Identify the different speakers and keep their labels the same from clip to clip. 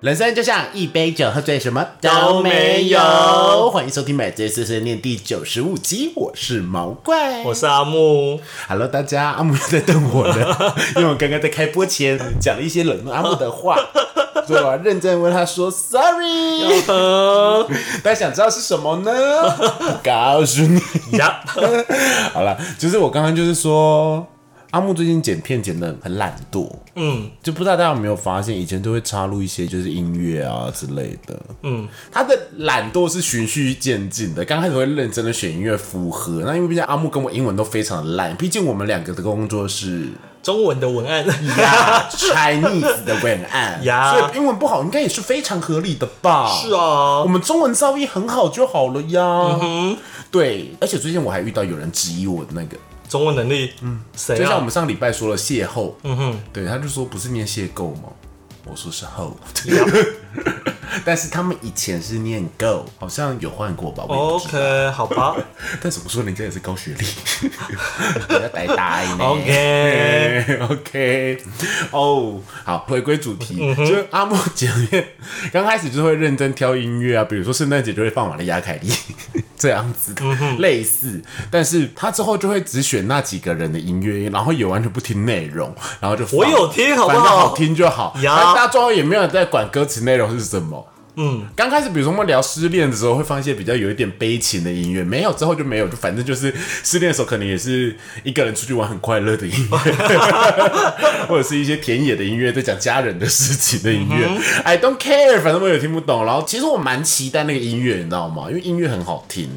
Speaker 1: 人生就像一杯酒，喝醉什么
Speaker 2: 都没有
Speaker 1: 欢迎收听《买醉碎碎念》第九十五集，我是毛怪。
Speaker 2: 我是阿木，
Speaker 1: Hello，大家，阿木又在瞪我 了，因为我刚刚在开播前讲了一些冷落阿木的话，所以我要认真为他说 sorry。
Speaker 2: 呃，
Speaker 1: 大家想知道是什么呢？ 我告诉你。
Speaker 2: 呀，
Speaker 1: 好了，就是我刚刚就是说，阿木最近剪片剪的很懒惰，
Speaker 2: 嗯，
Speaker 1: 就不知道大家有没有发现，以前都会插入一些就是音乐啊之类的，嗯，他的懒惰是循序渐进的，刚开始会认真的选音乐符合，那因为毕竟阿木跟我英文都非常烂，毕竟我们两个的工作是
Speaker 2: 中文的文案，
Speaker 1: 呀 Chinese 的文案，
Speaker 2: 呀
Speaker 1: 所以英文不好应该也是非常合理的吧？
Speaker 2: 是啊
Speaker 1: 我，们中文造诣很好就好了呀。对，而且最近我还遇到有人质疑我的那个，
Speaker 2: 中文能力，嗯，谁
Speaker 1: 就像我
Speaker 2: 啊？
Speaker 1: 们上礼拜说了邂逅，嗯哼，对，他就说不是念邂逅吗？我说是后， 但是他们以前是念 go，好像有换过吧？我也不知道
Speaker 2: 哦 OK，好吧
Speaker 1: 但怎么说，人家也是高学历，不要呆呆呢。
Speaker 2: ，OK，
Speaker 1: OK，哦，好，回归主
Speaker 2: 嗯
Speaker 1: 题，就是阿莫姐妹刚开始就会认真挑音乐啊，比如说圣诞节就会放玛丽亚凯莉 这样子的，
Speaker 2: 嗯
Speaker 1: 类似，但是他之后就会只选那几个人的音乐，然后也完全不听内容，然后就放
Speaker 2: 我有听好不
Speaker 1: 反
Speaker 2: 好
Speaker 1: 正好听就好，
Speaker 2: 呀
Speaker 1: 反正大家最后也没有在管歌词内容是什么。嗯，刚开始比如说我们聊失恋的时候，会放一些比较有一点悲情的音乐，没有之后就没有，就反正就是失恋的时候，可能也是一个人出去玩很快乐的音乐，或者是一些田野的音乐，在讲家人的事情的音乐。I don't care，反正我也听不懂。然后其实我蛮期待那个音乐，你知道吗？因为音乐很好听。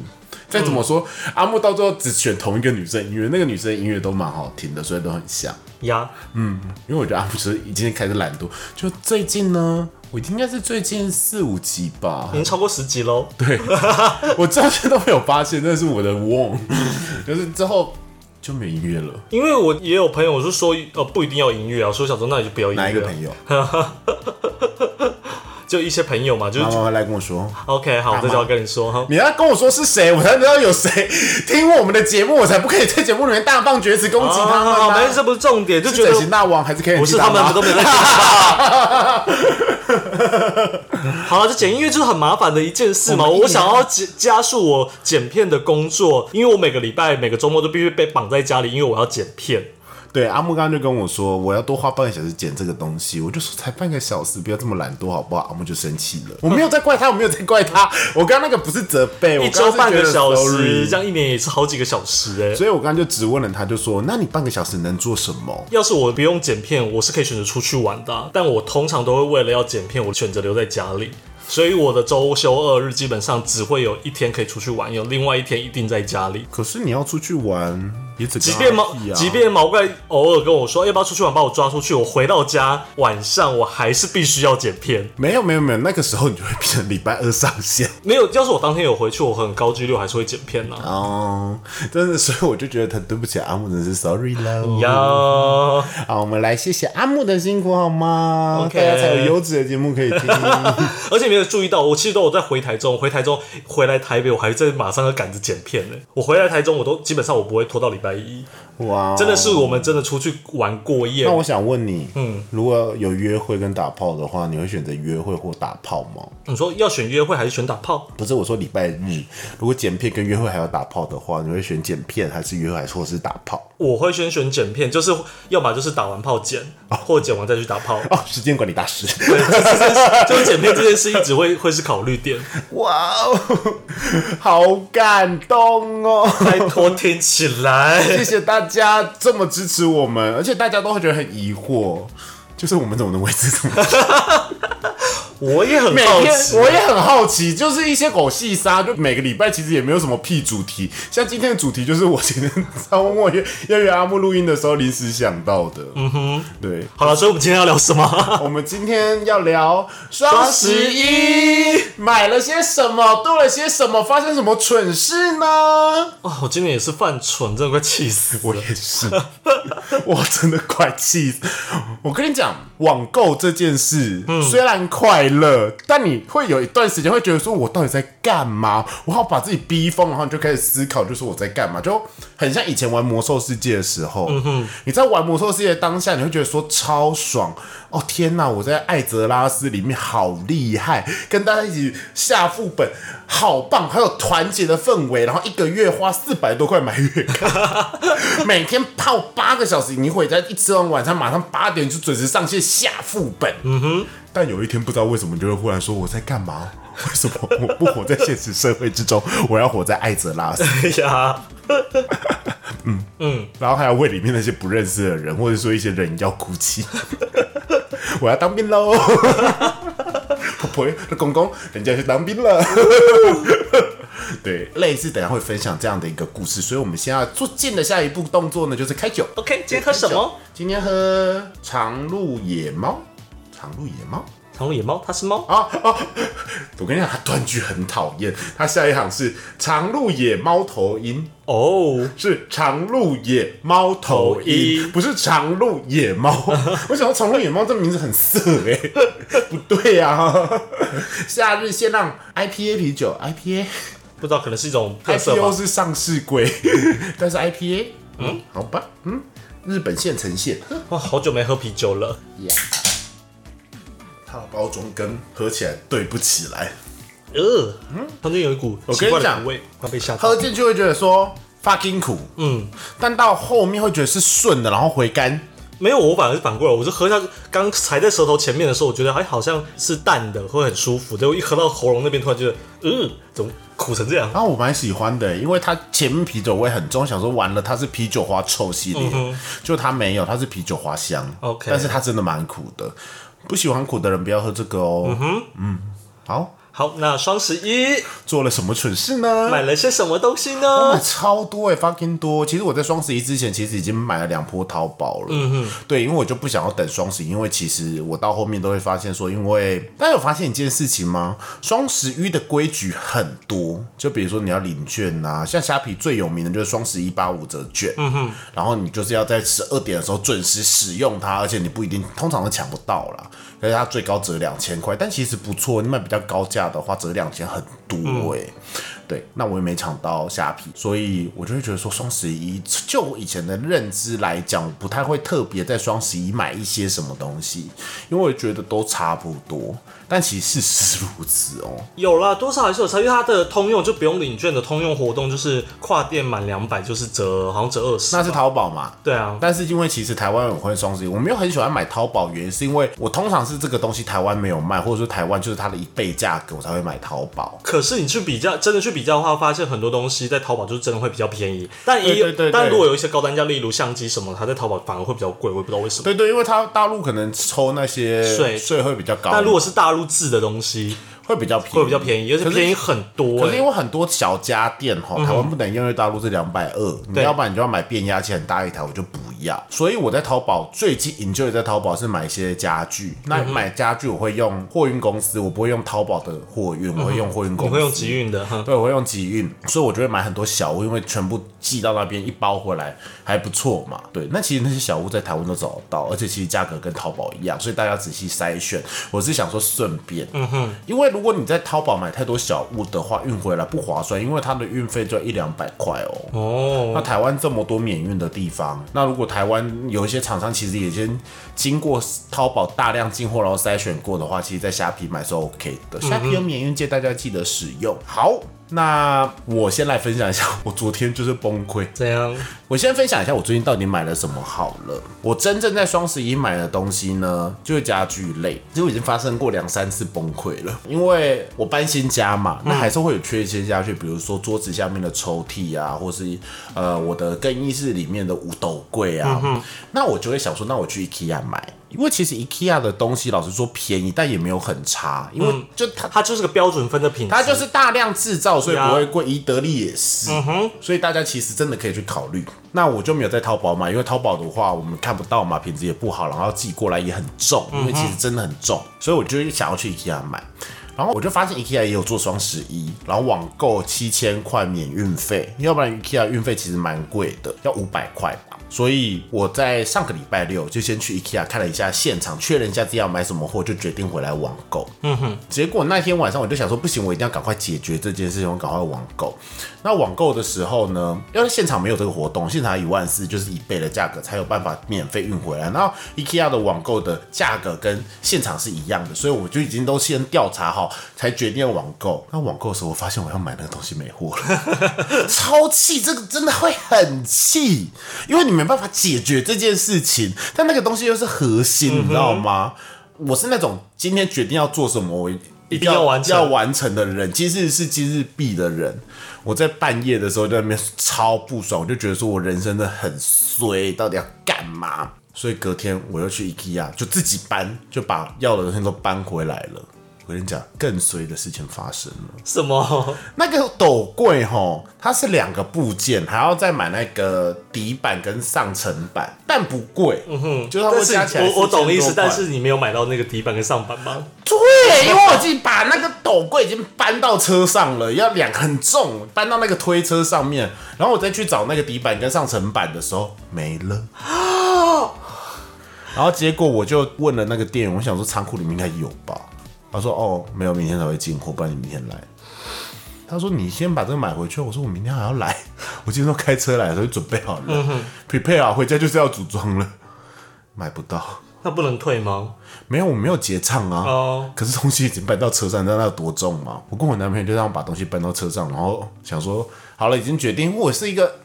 Speaker 1: 再怎么说，阿木到最后只选同一个女生音乐，那个女生音乐都蛮好听的，所以都很像。
Speaker 2: 呀，
Speaker 1: 因为我觉得阿姆斯已经开始懒惰。就最近呢，我应该是最近四五集吧
Speaker 2: 已，经超过十级喽，
Speaker 1: 对我到现在都没有发现，那是我的 wrong，就是之后就没音乐了。
Speaker 2: 因为我也有朋友是说，呃，不一定要音乐啊，所以想说那你就不要音
Speaker 1: 哪一个
Speaker 2: 乐啊，
Speaker 1: 朋友？
Speaker 2: 就一些朋友嘛，就
Speaker 1: 妈
Speaker 2: 是
Speaker 1: 妈会来跟我说，
Speaker 2: OK，好，这就要跟你说哈，
Speaker 1: 你要跟我说是谁，我才知道有谁听我们的节目，我才不可以在节目里面大放厥词攻击他们、
Speaker 2: 啊，
Speaker 1: 啊。
Speaker 2: 没事，这不是重点，就觉
Speaker 1: 是
Speaker 2: 得
Speaker 1: 整形大王还是 K
Speaker 2: 不是他们 都没有在听吧？ 好了，这剪音乐就是很麻烦的一件事嘛。
Speaker 1: 我们一
Speaker 2: 我
Speaker 1: 年
Speaker 2: 想要加加速我剪片的工作，因为我每个礼拜、每个周末都必须被绑在家里，因为我要剪片。
Speaker 1: 对，阿木刚刚就跟我说，我要多花半个小时剪这个东西，我就说才半个小时，不要这么懒惰好不好？阿木就生气 了，我没有在怪他，我没有在怪他，我刚刚那个不是责备，我
Speaker 2: 一
Speaker 1: 刚
Speaker 2: 周
Speaker 1: 刚是
Speaker 2: 半
Speaker 1: 觉
Speaker 2: 个
Speaker 1: 得
Speaker 2: 小时，
Speaker 1: sorry
Speaker 2: 这样一年也是好几个小时哎、
Speaker 1: 所以我刚刚就直问了他，就说，那你半个小时能做什么？
Speaker 2: 要是我不用剪片，我是可以选择出去玩的啊、但我通常都会为了要剪片，我选择留在家里。所以我的周休二日基本上只会有一天可以出去玩，有另外一天一定在家里。
Speaker 1: 可是你要出去玩，也只
Speaker 2: 即
Speaker 1: 即
Speaker 2: 便毛，即便毛怪偶尔跟我说要不要出去玩，把我抓出去，我回到家晚上我还是必须要剪片。
Speaker 1: 没有没有没有，那个时候你就会变成礼拜二上 线
Speaker 2: 没有，要是我当天有回去，我很高几率还是会剪片呢、啊
Speaker 1: 哦，真的，所以我就觉得他对不起阿木，真的是 sorry 啦。
Speaker 2: 呀，
Speaker 1: 好，我们来谢谢阿木的辛苦好吗
Speaker 2: OK
Speaker 1: 大家才有优质的节目可以听。
Speaker 2: 而且你没有注意到，我其实都有在回台中，回台中回来台北，我还在马上要赶着剪片呢。我回来台中，我都基本上我不会拖到礼拜一，
Speaker 1: 哇哦，
Speaker 2: 真的是我们真的出去玩过夜
Speaker 1: 那。我想问你，嗯，如果有约会跟打炮的话，你会选择约会或打炮吗？
Speaker 2: 你说要选约会还是选打炮？
Speaker 1: 不是，我说礼拜日，如果剪片跟约会还有打炮的话，你会选剪片还是约会，还是或是打炮？
Speaker 2: 我会先选剪片，就是要么就是打完炮剪，或剪完再去打炮。
Speaker 1: 哦，时间管理大师，
Speaker 2: 就是剪片这件事一直会会是考虑 点。
Speaker 1: 哇哦，好感动哦！
Speaker 2: 拜托听起来。
Speaker 1: 谢谢大家这么支持我们，而且大家都会觉得很疑惑，就是我们怎么能维持这么
Speaker 2: 我也很
Speaker 1: 每
Speaker 2: 好
Speaker 1: 天
Speaker 2: 奇，
Speaker 1: 我也很好奇，就是一些狗戏杀，就每个礼拜其实也没有什么屁主题。像今天的主题就是我今天周末约要约阿木录音的时候临时想到的。嗯哼，对，
Speaker 2: 好了，所以我们今天要聊什么？
Speaker 1: 我们今天要聊双十
Speaker 2: 一
Speaker 1: 一买了些什么，做了些什么，发生什么蠢事呢？
Speaker 2: 哦，我今年也是犯蠢，真的快气死
Speaker 1: 我
Speaker 2: 了。
Speaker 1: 也是，我真的快气死！我跟你讲，网购这件事、虽然快乐，但你会有一段时间会觉得说，我到底在干嘛？我好把自己逼疯，然后你就开始思考，就说我在干嘛，就很像以前玩魔兽世界的时候。你在玩魔兽世界的当下，你会觉得说超爽哦！天哪，我在艾泽拉斯里面好厉害，跟大家一起下副本，好棒，还有团结的氛围。然后一个月花四百多块买月卡。 每天泡八个小时，你回家一吃完晚餐，马上八点就准时上线下副本。嗯哼。但有一天不知道为什么，你就会忽然说我在干嘛？ 为什么我不活在现实社会之中，我要活在艾泽 拉斯？
Speaker 2: 哎呀，
Speaker 1: 然后还要为里面那些不认识的人，或者说一些人妖哭泣。 我要当兵喽！ 婆婆、公公，人家去当兵了。 对，类似等一下会分享这样的一个故事，所以我们现在做进的下一步动作呢，就是开酒。
Speaker 2: OK，今天喝什么？？
Speaker 1: 今天喝长鹿野猫。长鹿野猫
Speaker 2: 长鹿野猫，它是猫。
Speaker 1: 啊啊！ 我跟你讲，他断句很讨厌。他下一行是长鹿野猫头鹰，
Speaker 2: 哦，
Speaker 1: 是长鹿野猫头
Speaker 2: 头
Speaker 1: 鹰，
Speaker 2: 鹰
Speaker 1: 不是长鹿野 猫。我想到长鹿野猫这名字很色哎、 不对啊。夏日限量 IPA 啤酒，IPA
Speaker 2: 不知道可能是一种特色
Speaker 1: IPO
Speaker 2: 吧。
Speaker 1: 是上市贵， 但是 IPA 嗯，好吧，嗯，日本现成现。
Speaker 2: 哇，好久没喝啤酒了。
Speaker 1: 它的包装跟合起来对不起来，
Speaker 2: 呃，中间有一股
Speaker 1: 嗯我
Speaker 2: 奇
Speaker 1: 跟你
Speaker 2: 怪的
Speaker 1: 讲
Speaker 2: 苦味，快被吓到
Speaker 1: 喝。进去会觉得说 fucking 苦，嗯，但到后面会觉得是顺的，然后回甘。
Speaker 2: 没有，我反而是反过来，我是喝下刚才在舌头前面的时候，我觉得还好像是淡的，会很舒服。结果一喝到喉咙那边，突然觉得，嗯，怎么苦成这样？
Speaker 1: 然后我蛮喜欢的，因为它前面啤酒味很重，想说完了它是啤酒花臭系列，就它没有，它是啤酒花香。
Speaker 2: OK
Speaker 1: 但是它真的蛮苦的，不喜欢苦的人不要喝这个哦。嗯哼，好，
Speaker 2: 好，那双十 一
Speaker 1: 做了什么蠢事呢？
Speaker 2: 买了些什么东西呢？
Speaker 1: 超多哎、欸、，fucking 多！其实我在双十一之前，其实已经买了两波淘宝了。嗯哼，对，因为我就不想要等双十一，因为其实我到后面都会发现说，因为大家有发现一件事情吗？双十一的规矩很多，就比如说你要领券呐、像虾皮最有名的就是双十一八五折券。嗯哼，然后你就是要在十二点的时候准时使用它，而且你不一定通常都抢不到啦。但是它最高折两千块，但其实不错，你买比较高价的话，折两千很多哎、对，那我也没抢到虾皮，所以我就会觉得说双十一，就我以前的认知来讲，我不太会特别在双十一买一些什么东西，因为我觉得都差不多。但其实事实如此哦。
Speaker 2: 有啦，多少还是有差，因为它的通用就不用领券的通用活动，就是跨店满两百就是折，好像折二十。
Speaker 1: 那是淘宝嘛？
Speaker 2: 对啊，
Speaker 1: 但是因为其实台湾有会双十一，我没有很喜欢买淘宝，原因是因为我通常是这个东西台湾没有卖，或者说台湾就是它的一倍价格，我才会买淘宝。
Speaker 2: 可是你去比较，真的去比较的话，发现很多东西在淘宝就真的会比较便宜，但也有，
Speaker 1: 对对对对
Speaker 2: 但如果有一些高单价，例如相机什么，它在淘宝反而会比较贵，我也不知道为什么。
Speaker 1: 对对，因为它大陆可能抽那些
Speaker 2: 税
Speaker 1: 税会比较高，
Speaker 2: 但如果是大陆制的东西，
Speaker 1: 会比较便宜，
Speaker 2: 会比较便宜，而且
Speaker 1: 可是
Speaker 2: 便宜很多、
Speaker 1: 可是因
Speaker 2: 欸。嗯
Speaker 1: 为很多小家电哈，台湾不能因为大陆是两百二，你
Speaker 2: 对
Speaker 1: 要不然你就要买变压器很大一台，我就不要。所以我在淘宝最近 enjoy 在淘宝是买一些家具，
Speaker 2: 嗯
Speaker 1: 那买家具我会用货运公司，我不会用淘宝的货运，我会用货运公
Speaker 2: 你
Speaker 1: 司。
Speaker 2: 会用集运 的哈？
Speaker 1: 对，我会用集运，所以我就会买很多小物，因为全部寄到那边一包回来还不错嘛。对，那其实那些小物在台湾都找得到，而且其实价格跟淘宝一样，所以大家仔细筛选。我是想说顺便，嗯哼，因为如果你在淘宝买太多小物的话，运回来不划算，因为它的运费就要一两百块哦。那
Speaker 2: 哦，
Speaker 1: 台湾这么多免运的地方，那如果台湾有一些厂商其实已经经过淘宝大量进货，然后筛选过的话，其实在虾皮买是 OK 的。虾皮有免运界，大家记得使用。好，那我先来分享一下，我昨天就是崩溃。
Speaker 2: 怎样？
Speaker 1: 我先分享一下我最近到底买了什么好了。我真正在双十一买的东西呢，就是家具类，其实我已经发生过两三次崩溃了，因为我搬新家嘛，那还是会有缺一些家具，比如说桌子下面的抽屉啊，或是呃我的更衣室里面的五斗柜啊，那我就会想说，那我去 IKEA 买。因为其实 IKEA 的东西，老实说便宜，但也没有很差，因为就它
Speaker 2: 它就是个标准分的品质。
Speaker 1: 它就是大量制造，所以
Speaker 2: 呀
Speaker 1: 不会贵。宜得利也是，所以大家其实真的可以去考虑。那我就没有在淘宝买，因为淘宝的话我们看不到嘛，品质也不好，然后寄过来也很重，因为其实真的很重，所以我就想要去 IKEA 买。然后我就发现 IKEA 也有做双十一，然后网购七千块免运费，要不然 IKEA 运费其实蛮贵的，要五百块吧。所以我在上个礼拜六就先去 IKEA 看了一下现场，确认一下自己要买什么货，就决定回来网购。嗯哼，结果那天晚上我就想说，不行，我一定要赶快解决这件事情，我赶快网购。那网购的时候呢，因为现场没有这个活动，现场一万四就是一倍的价格才有办法免费运回来。然后 IKEA 的网购的价格跟现场是一样的，所以我就已经都先调查好，才决定要网购。那网购的时候，我发现我要买那个东西没货了。超气，这个真的会很气，因为你没办法解决这件事情，但那个东西又是核心，你知道吗？我是那种今天决定要做什么，我一
Speaker 2: 定要完成
Speaker 1: 要完成的人，今日是今日毕的人。我在半夜的时候在那边超不爽，我就觉得说我人生真的很衰，到底要干嘛？所以隔天我又去 IKEA，就自己搬，就把要的东西都搬回来了。我跟你讲，更衰的事情发生了。
Speaker 2: 什么？
Speaker 1: 那个斗柜吼，它是两个部件，还要再买那个底板跟上层板，但不贵，嗯哼，就是它会
Speaker 2: 但是
Speaker 1: 加起来
Speaker 2: 我我懂意思
Speaker 1: 4000多块，
Speaker 2: 但是你没有买到那个底板跟上板吗？
Speaker 1: 对，因为我自己把那个斗柜已经搬到车上了，要两个很重，搬到那个推车上面，然后我再去找那个底板跟上层板的时候没了。然后结果我就问了那个店员，我想说仓库里面应该有吧？他说哦，没有，明天才会进货，不然你明天来。他说你先把这个买回去。我说我明天还要来， 我今天都开车来的时候就准备好了、p r e p a r e 好，回家就是要组装了，买不到。
Speaker 2: 那不能退吗？
Speaker 1: 没有，我没有结账啊。
Speaker 2: 哦
Speaker 1: 可是东西已经搬到车上，你知道那有多重吗？我跟我男朋友就这样把东西搬到车上，然后想说好了，已经决定，因为我是一个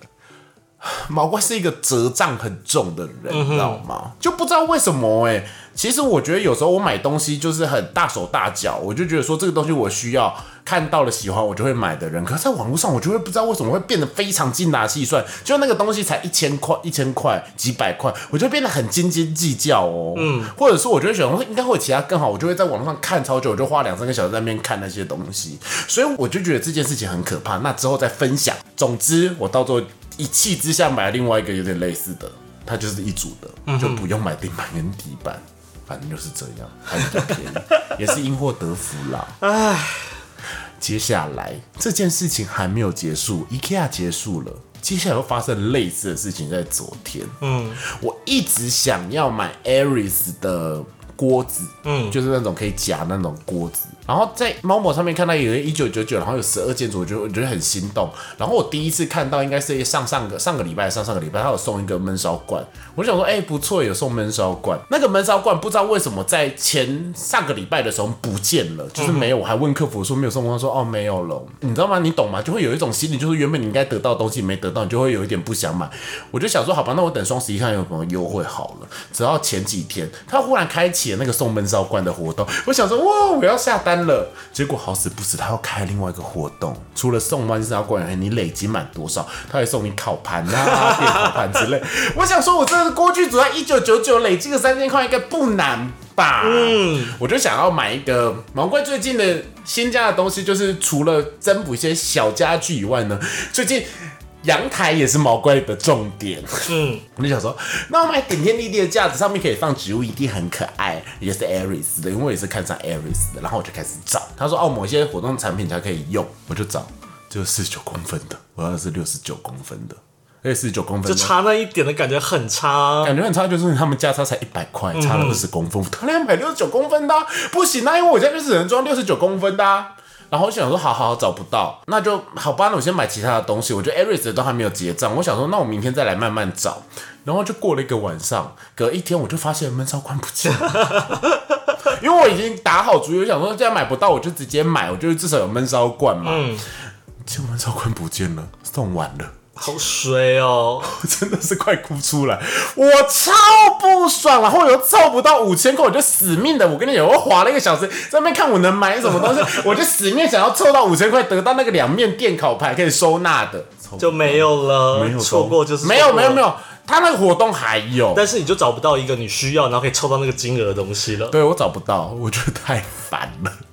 Speaker 1: 毛怪是一个折账很重的人，你知道吗？就不知道为什么哎、其实我觉得有时候我买东西就是很大手大脚，我就觉得说这个东西我需要，看到了喜欢我就会买的人。可是在网络上，我就会不知道为什么会变得非常精打细算，就那个东西才一千块、一千块、几百块，我就变得很斤斤计较哦。嗯，或者是我就会想说应该会有其他更好，我就会在网络上看超久，我就花两三个小时在那边看那些东西，所以我就觉得这件事情很可怕。那之后再分享。总之，我到最后。一气之下买了另外一个有点类似的，它就是一组的，就不用买顶板跟底板，反正就是这样，还比较便宜，也是因祸得福啦。唉，接下来这件事情还没有结束，IKEA 结束了。接下来又发生类似的事情，在昨天，嗯，我一直想要买 Aris 的锅子，嗯，就是那种可以夹那种锅子，然后在猫某上面看到有一九九九，然后有十二件组，我觉得我觉得很心动。然后我第一次看到应该是上上个上个礼拜上上个礼拜，他有送一个焖烧罐，我就想说，哎、不错，有送焖烧罐。那个焖烧罐不知道为什么在前上个礼拜的时候不见了，就是没有。我还问客服说没有送过，他说哦没有了。你知道吗？你懂吗？就会有一种心理，就是原本你应该得到的东西没得到，你就会有一点不想买。我就想说，好吧，那我等双十一看有什么优惠好了。直到前几天，他忽然开启了那个送焖烧罐的活动，我想说哇，我要下单了。结果好死不死，他要开另外一个活动，除了送焖烧罐以哎外，你累积满多少，他会送你烤盘啊、 电烤盘之类。我想说，我这个锅具组要一九九九，累积个三千块应该不难吧？嗯，我就想要买一个毛怪最近的新加的东西，就是除了增补一些小家具以外呢，最近。阳台也是毛怪的重点，
Speaker 2: 嗯，
Speaker 1: 我就想说，那我买顶天立地的架子，上面可以放植物，一定很可爱，也是 Aris 的，因为我也是看上 Aris 的，然后我就开始找，他说哦，某些活动产品才可以用，我就找，就是四十九公分的，我要的是六十九公分的，而且四十九公分
Speaker 2: 就
Speaker 1: 的
Speaker 2: 差那一点的感觉很差啊、
Speaker 1: 感觉很差，就是他们价差才一百块，差了二十公分，我当然要买六十九公分的啊、不行啊，因为我家就只能装六十九公分的啊、然后我想说，好好好，找不到，那就好吧，那我先买其他的东西。我觉得 Aris 的都还没有结账，我想说，那我明天再来慢慢找。然后就过了一个晚上，隔一天我就发现闷烧罐不见了， 因为我已经打好主意，我想说，既然买不到，我就直接买，我就至少有闷烧罐嘛。嗯，结果闷烧罐不见了，送完了。
Speaker 2: 好衰 哦！
Speaker 1: 我 真的是快哭出来，我超不爽，然后我又凑不到五千块，我就死命的，我跟你讲，我划了一个小时在那边看我能买什么东西，我就死命想要凑到五千块，得到那个两面电烤牌可以收纳的，
Speaker 2: 就没有了，错过就是
Speaker 1: 没有没有没
Speaker 2: 有，
Speaker 1: 有，他那个活动还有，
Speaker 2: 但是你就找不到一个你需要，然后可以凑到那个金额的东西了。
Speaker 1: 对我找不到，我觉得太烦了。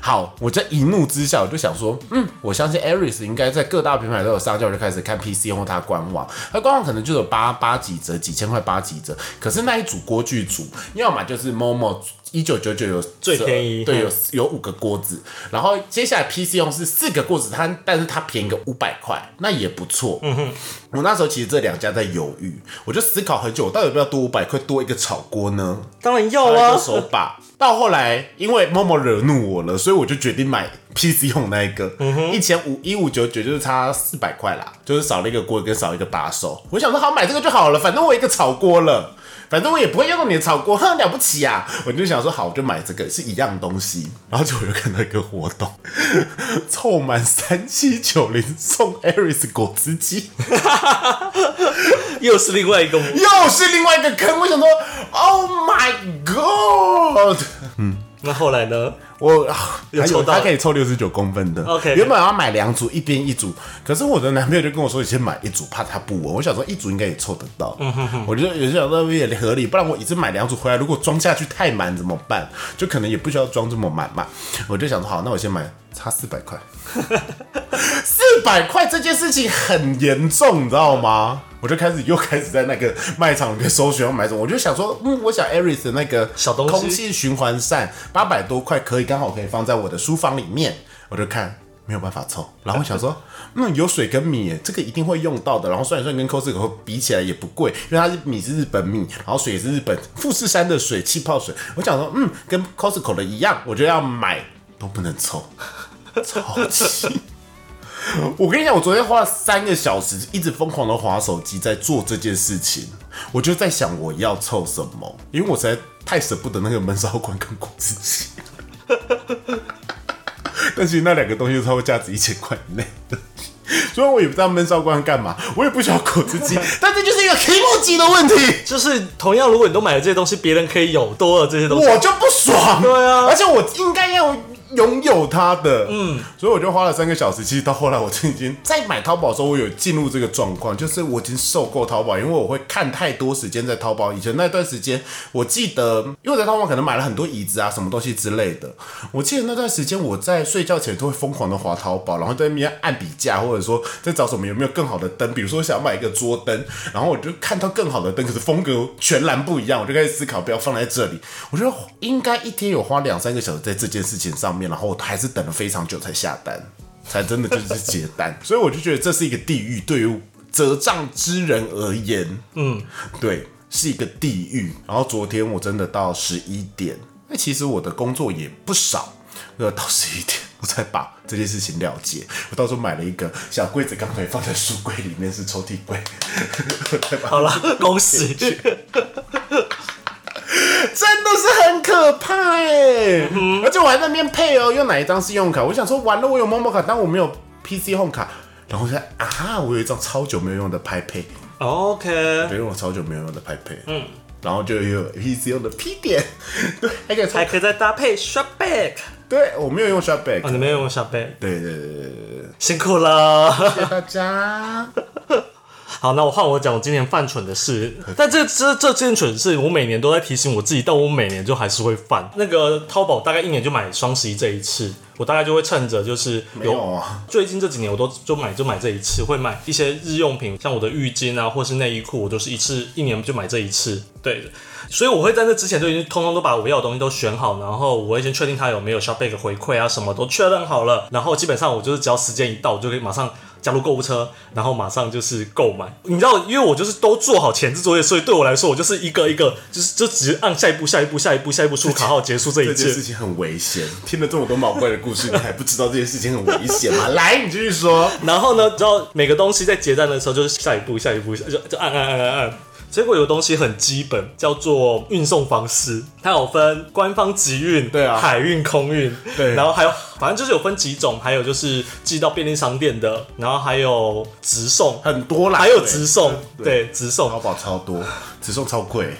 Speaker 1: 好，我这一怒之下，我就想说，嗯，我相信 Aris 应该在各大平台都有上架，我就开始看 PC 或它官网，它官网可能就有八八几折，几千块八几折，可是那一组锅具组，要么就是 Momo。一九九九有
Speaker 2: 最便宜
Speaker 1: 对，有有五个锅子，然后接下来 PC 用是四个锅子，它但是它便宜个五百块，那也不错。嗯哼，我那时候其实这两家在犹豫，我就思考很久，我到底要不要多五百块多一个炒锅呢？
Speaker 2: 当然要
Speaker 1: 还有一
Speaker 2: 啊
Speaker 1: 个，手把。到后来，因为 Momo 惹怒我了，所以我就决定买 PC 用那一个，一千五一五九九，就是差四百块啦，就是少了一个锅跟少一个把手。我想说，好买这个就好了，反正我有一个炒锅了，反正我也不会用到你的炒锅，哼，了不起啊！我就想说，好，我就买这个是一样东西。然后结果我就看到一个活动， 凑满三七九零送 Aris 果汁机。
Speaker 2: 又是另外一个模
Speaker 1: 又是另外一个坑，我想说，Oh my God！
Speaker 2: 那后来呢？
Speaker 1: 我啊
Speaker 2: 有
Speaker 1: 还
Speaker 2: 抽
Speaker 1: 有
Speaker 2: 到
Speaker 1: 它可以抽六十九公分的。
Speaker 2: OK，OK
Speaker 1: 原本要买两组，一边一组，可是我的男朋友就跟我说，你先买一组，怕它不稳。我想说一组应该也抽得到，
Speaker 2: 嗯
Speaker 1: 我就有想到也合理，不然我一次买两组回来，如果装下去太满怎么办？就可能也不需要装这么满嘛。我就想说，好，那我先买差四百块， 四百块这件事情很严重，你知道吗？我就开始又开始在那个卖场里面搜寻要买什么，我就想说，嗯，我想 Aris 的那个
Speaker 2: 小东西
Speaker 1: 空气循环扇八百多块，可以刚好可以放在我的书房里面，我就看。没有办法凑，然后我想说，嗯，有水跟米耶，这个一定会用到的。然后虽然说跟 Costco 比起来也不贵，因为它是米是日本米，然后水也是日本富士山的水，气泡水。我想说，嗯，跟 Costco 的一样，我就要买，都不能凑，超气。我跟你讲，我昨天花了三个小时，一直疯狂的划手机，在做这件事情。我就在想我要凑什么，因为我实在太舍不得那个闷烧馆跟果汁机。 但其实那两个东西都超过价值一千块以内 的，所以我也不知道闷烧罐干嘛，我也不需要果汁机，但这就是一个 k i m 的问题。
Speaker 2: 就是同样，如果你都买了这些东西，别人可以有多了这些东西，
Speaker 1: 我就不爽。
Speaker 2: 对啊
Speaker 1: 而且我应该要拥有它的。嗯，所以我就花了三个小时。其实到后来，我就已
Speaker 2: 嗯
Speaker 1: 经在买淘宝的时候，我有进入这个状况，就是我已经受够淘宝，因为我会看太多时间在淘宝。以前那段时间，我记得，因为我在淘宝可能买了很多椅子啊、什么东西之类的。我记得那段时间，我在睡觉前都会疯狂的滑淘宝，然后在那边按比价，或者说在找什么有没有更好的灯，比如说想买一个桌灯，然后我就看到更好的灯，可是风格全然不一样，我就开始思考不要放在这里。我觉得应该一天有花两三个小时在这件事情上面，然后我还是等了非常久才下单，才真的就是结单。 所以我就觉得这是一个地狱，对于折障之人而言，嗯，对，是一个地狱。然后昨天我真的到十一点，那其实我的工作也不少，呃，到十一点我才把这件事情了结。我到时候买了一个小柜子，刚才放在书柜里面是抽屉柜， 我才把
Speaker 2: 好了， 恭喜！
Speaker 1: 真的是很可怕哎、
Speaker 2: 嗯
Speaker 1: 而且我还在那边配哦，用哪一张信用卡？我想说完了，我有 Momo 卡，但我没有 PC Home 卡。然后我就在啊哈，我有一张超久没有用的 p a p a y
Speaker 2: 哦 OK，
Speaker 1: 因为我超久没有用的 p a p a y 嗯，然后就有 PC 用的 P 点，对，还可以抽
Speaker 2: 还，可以再搭配 shop back。
Speaker 1: 对我没有用 Shopback，、
Speaker 2: 嗯哦，你没有用 shop back，
Speaker 1: 对对对对对对，
Speaker 2: 辛苦了。
Speaker 1: 谢谢大家。
Speaker 2: 好，那我换我讲我今年犯蠢 的事。但这这这件蠢事，我每年都在提醒我自己，但我每年就还是会犯。那个淘宝大概一年就买双十一这一次，我大概就会趁着就是
Speaker 1: 没有啊，
Speaker 2: 最近这几年我都就买就买这一次，会买一些日用品，像我的浴巾啊，或是内衣裤，我都是一次一年就买这一次。对，所以我会在那之前就已经通通都把我要的东西都选好，然后我会先确定它有没有 s h o p b a 回馈啊，什么都确认好了，然后基本上我就是只要时间一到，我就可以马上。加入购物车，然后马上就是购买。你知道，因为我就是都做好前置作业，所以对我来说，我就是一个一个，就是就只是按下一步、下一步、下一步、下一步输入卡号结束这一
Speaker 1: 这件
Speaker 2: 切。
Speaker 1: 事情很危险，听了这么多毛怪的故事，你还不知道这件事情很危险吗？来，你继续 说。
Speaker 2: 然后呢，你知道每个东西在结账的时候就是下一步、下一步，就就按按按按按。结果有东西很基本，叫做运送方式，它有分官方集运，
Speaker 1: 对啊
Speaker 2: 海运、空运，
Speaker 1: 对
Speaker 2: 然后还有反正就是有分几种，还有就是寄到便利商店的，然后还有直送，
Speaker 1: 很多啦，
Speaker 2: 还有
Speaker 1: 对
Speaker 2: 直送，
Speaker 1: 对
Speaker 2: 对，直送
Speaker 1: 淘。宝超多，直送超贵，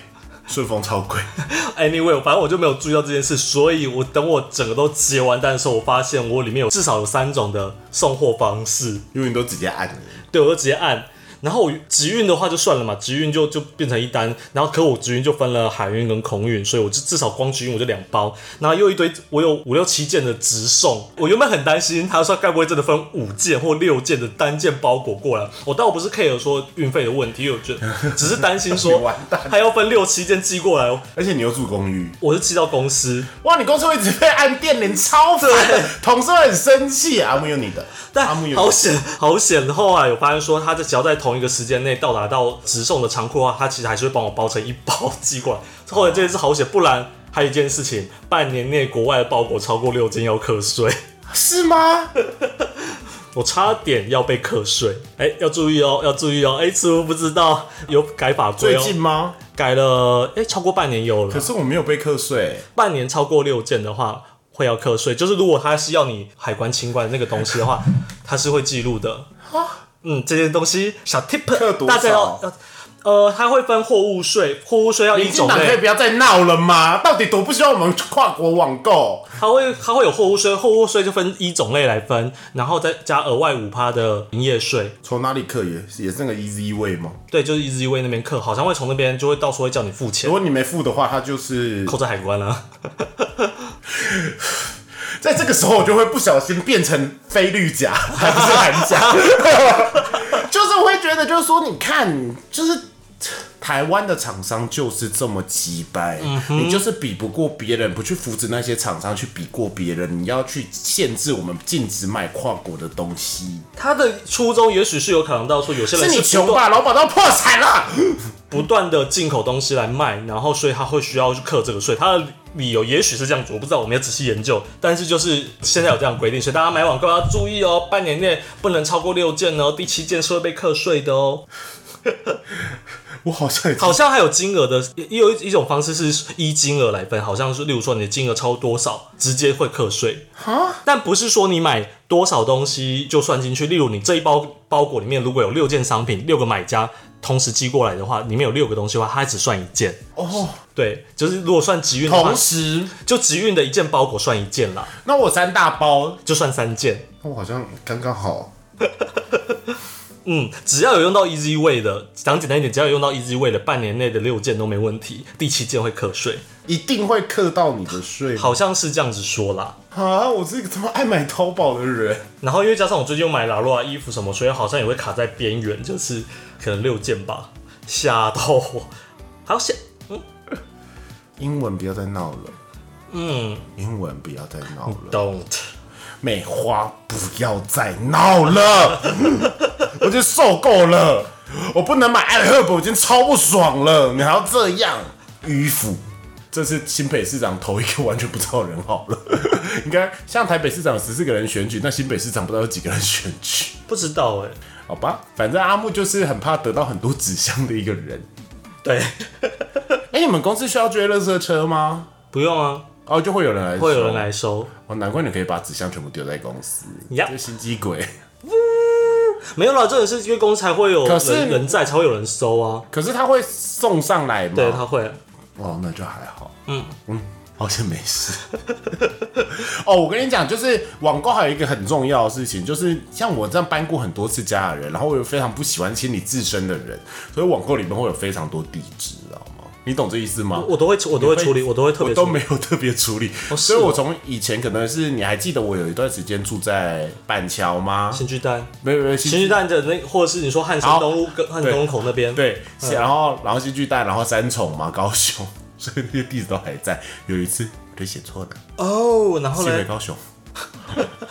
Speaker 1: 顺丰超贵。
Speaker 2: Anyway，反正我就没有注意到这件事，所以我等我整个都结完单的时候，我发现我里面有至少有三种的送货方式。
Speaker 1: 因为你都直接按，
Speaker 2: 对，我就直接按。然后我直运的话就算了嘛，直运就就变成一单，然后可我直运就分了海运跟空运，所以我就至少光直运我就两包，然后又一堆我有五六七件的直送，我原本很担心他说该不会真的分五件或六件的单件包裹过来，我倒不是 care 说运费的问题，因为我觉得只是担心
Speaker 1: 你
Speaker 2: 说
Speaker 1: 完蛋
Speaker 2: 还要分六七件寄过来，
Speaker 1: 而且你又住公寓，
Speaker 2: 我是寄到公司，
Speaker 1: 哇，你公司会一直被按电铃，超烦的，同事会很生气。啊阿木有你的，阿
Speaker 2: 但
Speaker 1: 木有你的
Speaker 2: 好险好险！后来有发现说，他在只要在同一个时间内到达到直送的仓库的话，他其实还是会帮我包成一包 寄过来。后来这件事好险，不然还有一件事情，半年内国外的包裹超过六斤要课税，
Speaker 1: 是吗？
Speaker 2: 我差点要被课税。哎、要注意哦，要注意哦！哎、似乎不知道有改法规
Speaker 1: 最
Speaker 2: 哦，
Speaker 1: 近吗？
Speaker 2: 改了哎、超过半年有了
Speaker 1: 可，是我没有被课税，
Speaker 2: 半年超过六件的话。会要课税，就是如果他是要你海关清关那个东西的话，他是会记录的。嗯，这件东西小 tip，
Speaker 1: 克
Speaker 2: 大家要
Speaker 1: 多
Speaker 2: 要，呃，它会分货物税，货物税要一
Speaker 1: 民进
Speaker 2: 种
Speaker 1: 党可以
Speaker 2: 类，
Speaker 1: 不要再闹了吗？到底多不希望我们跨国网购？
Speaker 2: 它会它会有货物税，货物税就分一种类来分，然后再加额外五趴的营业税，
Speaker 1: 从哪里课也也是那个 Easy Way 吗？
Speaker 2: 对，就是 Easy Way 那边课，好像会从那边就会到处会叫你付钱
Speaker 1: 如，果你没付的话，他就是
Speaker 2: 扣在海关啊。
Speaker 1: 在这个时候，我就会不小心变成非绿 甲，还不是蓝 甲，就是我会觉得，就是说，你看，就是。台湾的厂商就是这么鸡掰，你就是比不过别人，不去扶持那些厂商去比过别人，你要去限制我们禁止买跨国的东西。
Speaker 2: 他的初衷也许是有考量到说，有些
Speaker 1: 是
Speaker 2: 人
Speaker 1: 你
Speaker 2: 是不
Speaker 1: 穷
Speaker 2: 断
Speaker 1: 吧，老板都要破产了。
Speaker 2: 不断的进口东西来卖，然后所以他会需要去课这个税，他的理由也许是这样子，我不知道，我没有仔细研究，但是就是现在有这样规定，所以大家买网购要注意哦，半年内不能超过六件哦，第七件是会被课税的哦。
Speaker 1: 我好像已经
Speaker 2: 好像还有金额的，也也有一一种方式是依金额来分，好像是例如说你的金额超多少，直接会课税。但不是说你买多少东西就算进去，例如你这一包包裹里面如果有六件商品，六个买家同时寄过来的话，里面有六个东西的话，它只算一件。
Speaker 1: 哦，
Speaker 2: 对，就是如果算集运的话
Speaker 1: 同，时，
Speaker 2: 就集运的一件包裹算一件啦，
Speaker 1: 那我三大包，
Speaker 2: 就算三件。
Speaker 1: 我好像刚刚好。
Speaker 2: 嗯，只要有用到 Easy Way 的，讲简单一点，只要有用到 Easy Way 的，半年内的六件都没问题，第七件会课税，
Speaker 1: 一定会克到你的税吗。
Speaker 2: 好像是这样子说啦。
Speaker 1: 啊，我是一个这么爱买淘宝的人，
Speaker 2: 然后因为加上我最近又买拉洛啊衣服什么，所以好像也会卡在边缘，就是可能六件吧，吓到我。还有吓，
Speaker 1: 英文不要再闹了，
Speaker 2: 嗯
Speaker 1: 英文不要再闹了，
Speaker 2: ，don't，
Speaker 1: 美花不要再闹了， 我已经受够了，我不能买爱赫本，我已经超不爽了，你还要这样迂腐。这是新北市长投一个完全不知道的人好了， 应该像台北市长十四个人选举，那新北市长不知道有几个人选举。
Speaker 2: 不知道哎、
Speaker 1: 好吧，反正阿木就是很怕得到很多指向的一个人。
Speaker 2: 对，
Speaker 1: 哎、你们公司需要追垃圾车吗？
Speaker 2: 不用啊，
Speaker 1: 哦，就会有人来，
Speaker 2: 会有人。来收，
Speaker 1: 哦，难怪你可以把纸箱全部丢在公司，
Speaker 2: 呀
Speaker 1: 这心机鬼。
Speaker 2: 没有啦，真的是因为公司才会有
Speaker 1: 可是
Speaker 2: 人人在，才会有人收啊。
Speaker 1: 可是他会送上来吗？
Speaker 2: 对，他会，
Speaker 1: 哦，那就还好。嗯嗯，好像没事。 哦，我跟你讲，就是网购还有一个很重要的事情，就是像我这样搬过很多次家的人，然后我又非常不喜欢清理自身的人，所以网购里面会有非常多地址，知道吗？你懂这意思吗？
Speaker 2: 我都会我都会处理，我都会特
Speaker 1: 我
Speaker 2: 别
Speaker 1: 都
Speaker 2: 处理。
Speaker 1: 没有特别处理，
Speaker 2: 是
Speaker 1: 所以我从以前可能是你还记得我有一段时间住在板桥吗？
Speaker 2: 新巨蛋，
Speaker 1: 没有没有新
Speaker 2: 新巨蛋的那，或者是你说汉
Speaker 1: 好
Speaker 2: 城东路跟汉城东路口那边，，
Speaker 1: 对，然后然后新巨蛋，然后三重嘛，高雄， 所以那些地址都还在。有一次我就写错了，
Speaker 2: 哦，然后
Speaker 1: 寄回
Speaker 2: 呢？
Speaker 1: 高雄。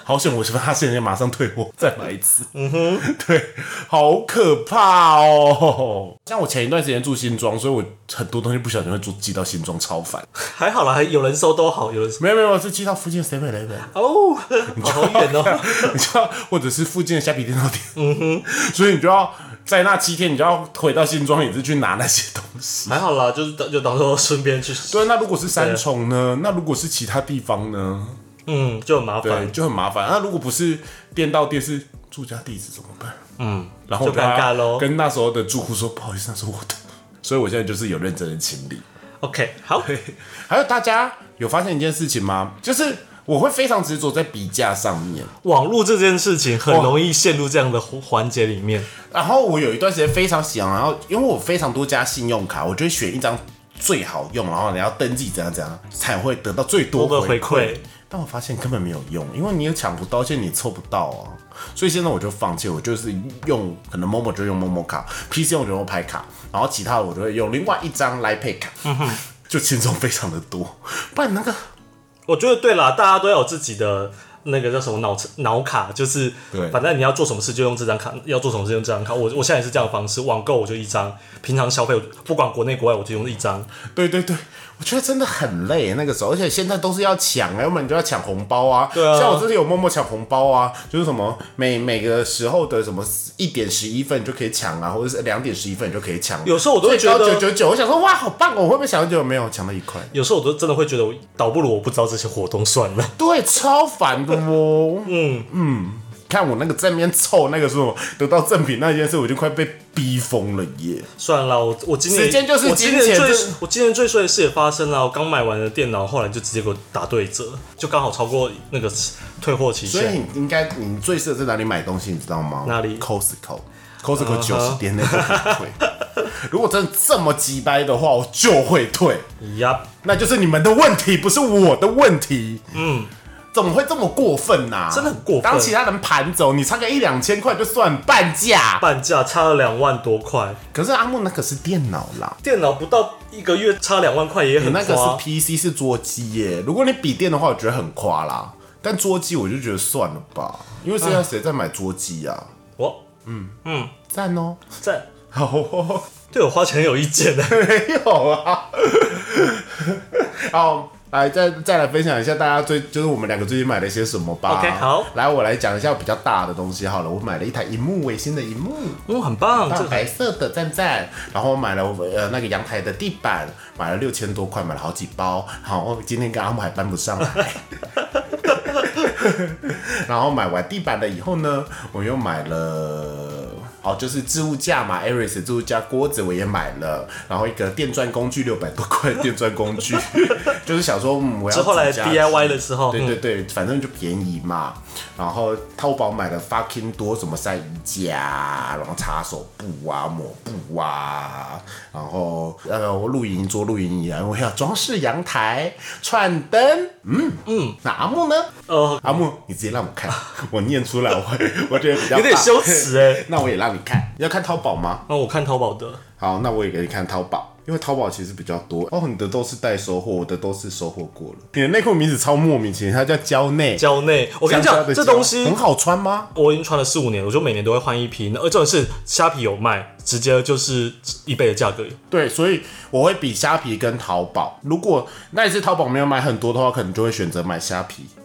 Speaker 1: 好险！我是发现人家马上退货，再买一次。嗯哼，对，好可怕哦。像我前一段时间住新庄，所以我很多东西不小心会住寄到新庄，超烦。
Speaker 2: 还好啦，还有人收都好，有人收
Speaker 1: 没有没有，是寄到附近的 Seven Eleven。
Speaker 2: 哦， 好远哦。
Speaker 1: 你就要或者是附近的虾皮电脑店，嗯哼，所以你就要在那七天，你就要回到新庄也是去拿那些东西。
Speaker 2: 还好啦，就是当就当做顺便去，
Speaker 1: 对，啊那如果是三重呢？那如果是其他地方呢？
Speaker 2: 嗯，就很麻
Speaker 1: 对，
Speaker 2: 烦，
Speaker 1: 就很麻烦。啊那如果不是店到店，是住家地址怎么办？
Speaker 2: 嗯，
Speaker 1: 然后我
Speaker 2: 就尴尬
Speaker 1: 要
Speaker 2: 咯
Speaker 1: 跟那时候的住户说，不好意思，那是我的。所以我现在就是有认真的清理。
Speaker 2: OK，好，
Speaker 1: 还有大家有发现一件事情吗？就是我会非常执着在笔架上面。
Speaker 2: 网络这件事情很容易陷入这样的环环节里面。
Speaker 1: 然后我有一段时间非常想，然后因为我非常多家信用卡，我就会选一张最好用，然后你要登记怎样怎样，才会得到最多
Speaker 2: 多个
Speaker 1: 回
Speaker 2: 回馈
Speaker 1: 但我发现根本没有用，因为你也抢不到，现在你凑不到啊。所以现在我就放弃，我就是用可能某某就用某某卡，PC 我就用拍卡，然后其他的我就会用另外一张来配卡，就轻松非常的多。不然那个
Speaker 2: 我觉得对啦，大家都要有自己的那个叫什么脑脑卡，就是
Speaker 1: 对
Speaker 2: 反正你要做什么事就用这张卡，要做什么事就用这张卡。我我现在也是这样的方式，网购我就一张，平常消费我不管国内国外我就用一张。
Speaker 1: 对对对，我觉得真的很累那个时候，而且现在都是要抢啊，要不然你就要抢红包啊。
Speaker 2: 对啊
Speaker 1: 像我之前有默默抢红包啊，就是什么每每个时候的什么一点十一分你就可以抢啊，或者是两点十一分你就可以抢。
Speaker 2: 有时候我都会
Speaker 1: 最
Speaker 2: 觉
Speaker 1: 高
Speaker 2: 得
Speaker 1: 九九九，我想说哇，好棒哦！我会不会想九没有抢到一块？
Speaker 2: 有时候我都真的会觉得，我倒不如我不知道这些活动算了。
Speaker 1: 对，超烦的哦。嗯嗯，看我那个正面凑那个什么得到赠品那件事，我就快被逼疯了耶。
Speaker 2: 算了，我我今年
Speaker 1: 时间就是
Speaker 2: 我今年
Speaker 1: 金钱
Speaker 2: 最
Speaker 1: 这
Speaker 2: 我今年最衰的事也发生了，我刚买完的电脑，后来就直接给我打对折，就刚好超过那个退货期
Speaker 1: 所以
Speaker 2: 限。
Speaker 1: 你应该，你最适合在哪里买东西，你知道吗？
Speaker 2: 哪里 Uh-huh
Speaker 1: ？Costco，Costco 九十天内不可以退。如果真的这么鸡掰的话，我就会退，
Speaker 2: 呀，
Speaker 1: 那就是你们的问题，不是我的问题。嗯，怎么会这么过分呐、
Speaker 2: 真的很过分
Speaker 1: 当其他人盘走，你差个一两千块就算半价。
Speaker 2: 半价差了两万多块，
Speaker 1: 可是阿木那可是电脑啦，
Speaker 2: 电脑不到一个月差两万块也
Speaker 1: 你
Speaker 2: 很
Speaker 1: 那个
Speaker 2: 夸。
Speaker 1: 是 PC 是桌机耶。如果你笔电的话，我觉得很夸啦。但桌机我就觉得算了吧，因为现在谁在买桌机啊？
Speaker 2: 我
Speaker 1: 赞哦。
Speaker 2: 在
Speaker 1: 好、哦，
Speaker 2: 对我花钱很有意见 的，
Speaker 1: 没有啊。好，来再再来分享一下大家最就是我们两个最近买了些什么吧。
Speaker 2: OK，好
Speaker 1: 来我来讲一下比较大的东西好了。我买了一台荧幕，微星的荧幕，
Speaker 2: 嗯，很棒，
Speaker 1: 大
Speaker 2: 这个
Speaker 1: 白色的，赞赞。然后我买了呃那个阳台的地板，买了六千多块，买了好几包。好，今天跟阿木还搬不上来。 然后买完地板了以后呢，我又买了。哦，就是置物架嘛，Aris 的置物架锅子我也买了，然后一个电钻工具六百多块的电钻工具， 就是想说，嗯，我要
Speaker 2: 之后来
Speaker 1: 自家
Speaker 2: DIY 的时候嗯
Speaker 1: 对对对，反正就便宜嘛。然后淘宝买了 fucking 多什么晒衣架啊，然后擦手布啊、抹布啊，然后呃，我露营桌、露营椅啊，我要装饰阳台、串灯，嗯嗯。那阿木呢？
Speaker 2: 呃
Speaker 1: 阿木，你直接让我看，我念出来我会，我觉得比较
Speaker 2: 有点
Speaker 1: 棒
Speaker 2: 羞耻哎。
Speaker 1: 那我也让你看，要看淘宝吗？
Speaker 2: 那我看淘宝的，
Speaker 1: 好，那我也给你看淘宝，因为淘宝其实比较多哦。你的都是代收货，我的都是收货过了。你的内裤名字超莫名其妙，它叫蕉内。
Speaker 2: 蕉内，我跟你
Speaker 1: 香蕉
Speaker 2: 讲，
Speaker 1: 的
Speaker 2: 这
Speaker 1: 蕉
Speaker 2: 东西
Speaker 1: 很好穿吗？
Speaker 2: 我已经穿了四五年，我就每年都会换一批。那而重点是虾皮有卖，直接就是一倍的价格。
Speaker 1: 对，所以我会比虾皮跟淘宝。如果那一次淘宝没有买很多的话，可能就会选择买虾皮。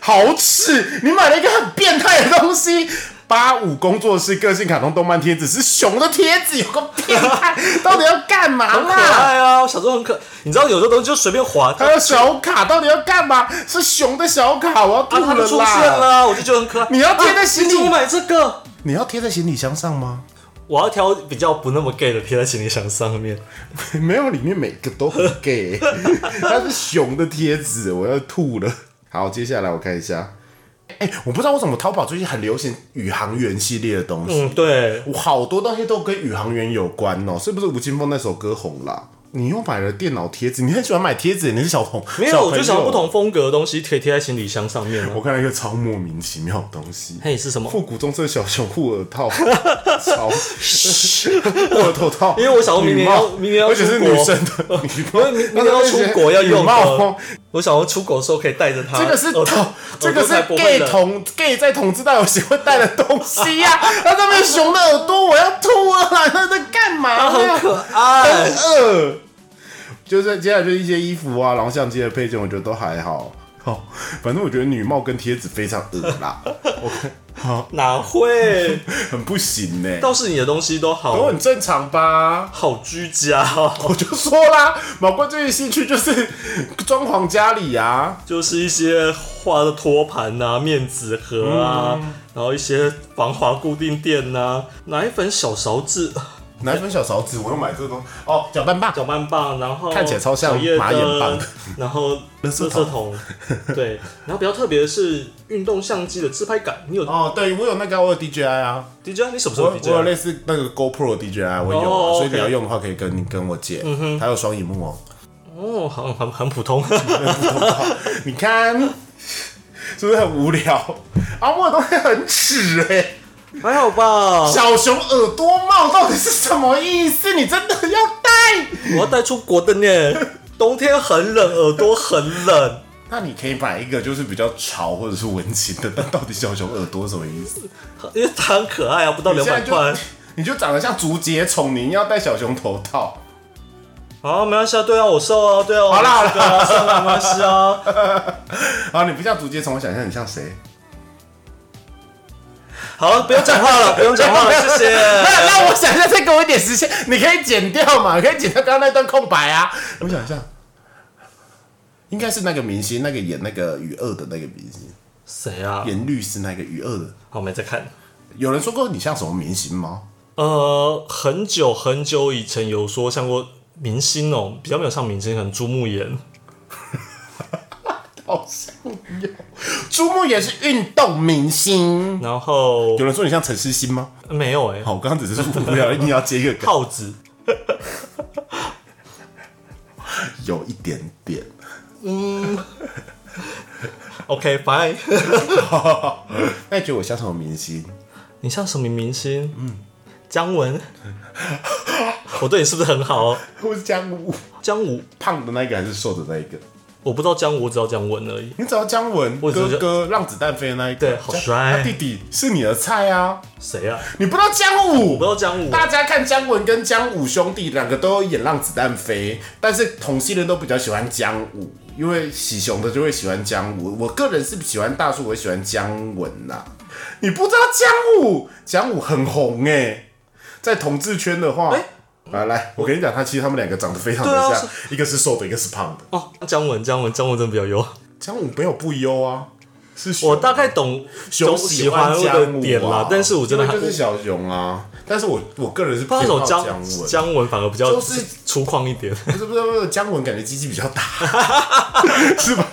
Speaker 1: 好耻！你买了一个很变态的东西。八五工作室个性卡通动漫贴纸是熊的贴纸，有个变 态，到底要干嘛
Speaker 2: 很可
Speaker 1: 啦？
Speaker 2: 爱啊，我小时候很可，你知道有时候东西就随便划，它
Speaker 1: 还有小卡到底要干嘛？是熊的小卡，我要吐
Speaker 2: 啊它
Speaker 1: 了
Speaker 2: 就出
Speaker 1: 啦！
Speaker 2: 现了，我就觉得很可爱。
Speaker 1: 你要贴在
Speaker 2: 啊
Speaker 1: 心里
Speaker 2: 你怎么买这个？
Speaker 1: 你要贴在行李箱上吗？
Speaker 2: 我要挑比较不那么 gay 的贴在行李箱上面。
Speaker 1: 没有，里面每个都很 gay，它是熊的贴纸，我要吐了。好，接下来我看一下。哎、我不知道为什么淘宝最近很流行宇航员系列的东西，
Speaker 2: 嗯，对，
Speaker 1: 我好多东西都跟宇航员有关哦，是不是吴青峰那首歌红啦？你又买了电脑贴纸，你很喜欢买贴纸，你是小红？
Speaker 2: 没
Speaker 1: 小
Speaker 2: 有，
Speaker 1: 朋
Speaker 2: 我就
Speaker 1: 友
Speaker 2: 想要不。同风格的东西可以贴在行李箱上面啊
Speaker 1: 我。看到一个超莫名其妙的东西，
Speaker 2: 嘿，是什么？
Speaker 1: 复古棕色小熊护耳 套，超护耳头套，
Speaker 2: 因为我想说明年要
Speaker 1: 女帽
Speaker 2: 明年要
Speaker 1: 而且是
Speaker 2: 出国呃
Speaker 1: 女生 的女帽，
Speaker 2: 明明年要出国要用
Speaker 1: 女帽
Speaker 2: 的，我想要出国的时候可以带着它。
Speaker 1: 这个是
Speaker 2: 耳朵
Speaker 1: 同，这个
Speaker 2: 耳呃朵才
Speaker 1: 是
Speaker 2: 不会
Speaker 1: gay
Speaker 2: 冷
Speaker 1: 同 gay 在同志大游行会带的东西啊 呀、它上面熊的耳朵，我要吐了啦！它在干嘛
Speaker 2: 它
Speaker 1: 呀？
Speaker 2: 很可爱。
Speaker 1: 饿。就是接下来就是一些衣服啊，然后相机的配件，我觉得都还好。哦，反正我觉得女帽跟贴纸非常恶啦， 我看
Speaker 2: 哪会？
Speaker 1: 很不行呢、
Speaker 2: 倒是你的东西都
Speaker 1: 都
Speaker 2: 好
Speaker 1: 很正常吧？
Speaker 2: 好居家、 哦，
Speaker 1: 我就说啦，毛怪最近兴趣就是装潢家里啊。
Speaker 2: 就是一些画的托盘啊、面
Speaker 1: 嗯
Speaker 2: 纸啊盒啊，然后一些防滑固定垫呐、奶粉小勺子，
Speaker 1: 奶粉小勺子，我又买这个东西哦，搅拌棒。
Speaker 2: 搅拌棒，然后
Speaker 1: 看起来超像
Speaker 2: 小夜
Speaker 1: 马眼棒
Speaker 2: 灯，然 后
Speaker 1: 垃
Speaker 2: 垃
Speaker 1: 圾
Speaker 2: 圾
Speaker 1: 桶
Speaker 2: 桶，对，然后比较特别的是运动相机的自拍杆，你有
Speaker 1: 哦，对，我有那个，我有 DJI 啊，
Speaker 2: DJ？你什么时
Speaker 1: 我
Speaker 2: 候啊
Speaker 1: 有
Speaker 2: DJ？
Speaker 1: 我有类似那个 GoPro DJI，我有啊、
Speaker 2: 哦
Speaker 1: 所以你
Speaker 2: OK 嗯
Speaker 1: 要用的话可以跟你跟我借，还有双荧幕哦。
Speaker 2: 哦，很很很普通，
Speaker 1: 你看是不是很无聊？啊，我的东西很耻哎、
Speaker 2: 还好吧？
Speaker 1: 小熊耳朵帽到底是什么意思？你真的要戴？
Speaker 2: 我要带出国的呢，冬天很冷，耳朵很冷。
Speaker 1: 那你可以买一个就是比较潮或者是文青的，但到底小熊耳朵什么意思？
Speaker 2: 因为它很可爱啊，不到两百块
Speaker 1: 你现在就， 你就长得像竹节虫，你硬要戴小熊头套，
Speaker 2: 啊，没关系啊，对啊，我瘦啊，对啊，
Speaker 1: 好啦
Speaker 2: 我这个啊，瘦啊没关系啊。
Speaker 1: 啊，你不像竹节虫，我想象你像谁？
Speaker 2: 好了，不用讲话了，不用讲话了， 谢谢。
Speaker 1: 那让我想一下，再给我一点时间，你可以剪掉嘛，可以剪掉刚刚那段空白啊。我想一下，应该是那个明星，那个演那个雨二的那个明星，
Speaker 2: 谁啊？
Speaker 1: 演律师那个雨二的。
Speaker 2: 好，没在看。
Speaker 1: 有人说过你像什么明星吗？
Speaker 2: 呃，很久很久以前有说像过明星哦、比较没有像明星，可能朱木炎。
Speaker 1: 好像有。朱木也是运动明星。
Speaker 2: 然后
Speaker 1: 有人说你像陈思欣吗？
Speaker 2: 没有哎、
Speaker 1: 好，我刚刚只是无聊，硬要接一个梗，
Speaker 2: 耗子，
Speaker 1: 有一点点。
Speaker 2: OK，拜。
Speaker 1: 那你觉得我像什么明 星？
Speaker 2: 你像什么明星？嗯，姜 文。我对你是不是很好哦？
Speaker 1: 我是姜武，
Speaker 2: 姜武，
Speaker 1: 胖的那一个还是瘦的那一个？
Speaker 2: 我不知道姜武，我只知道姜文而已。
Speaker 1: 你找到姜文
Speaker 2: 我只
Speaker 1: 哥
Speaker 2: 是
Speaker 1: 哥让子弹飞的那一个，
Speaker 2: 对好帅
Speaker 1: 他弟弟是你的菜啊！
Speaker 2: 谁啊？
Speaker 1: 你不知道姜武，
Speaker 2: 我不知道姜武
Speaker 1: 大家看姜文跟姜武兄弟两个都有演《让子弹飞》，但是同性恋都比较喜欢姜武，因为喜熊的就会喜欢姜武。我个人是喜欢大叔，我也喜欢姜文呐、你不知道姜武，姜武很红哎、在同志圈的话。
Speaker 2: 哎
Speaker 1: 来来，我跟你讲，他其实他们两个长得非常的
Speaker 2: 对啊
Speaker 1: 像，一个是瘦的，一个是胖的。
Speaker 2: 哦，姜文，姜文，姜文真的比较优。
Speaker 1: 姜武没有不优啊，是
Speaker 2: 我
Speaker 1: 熊
Speaker 2: 大概懂
Speaker 1: 熊
Speaker 2: 懂喜欢
Speaker 1: 姜
Speaker 2: 的
Speaker 1: 武
Speaker 2: 点啦
Speaker 1: 啊，
Speaker 2: 但是我真的
Speaker 1: 因
Speaker 2: 还
Speaker 1: 为就是
Speaker 2: 不
Speaker 1: 小熊啊，但是我我个人是
Speaker 2: 知道
Speaker 1: 偏
Speaker 2: 为什
Speaker 1: 好姜
Speaker 2: 么姜
Speaker 1: 文，
Speaker 2: 姜文反而比较
Speaker 1: 就是
Speaker 2: 粗犷一点。
Speaker 1: 不是不是不是姜文感觉鸡鸡比较大，是吧？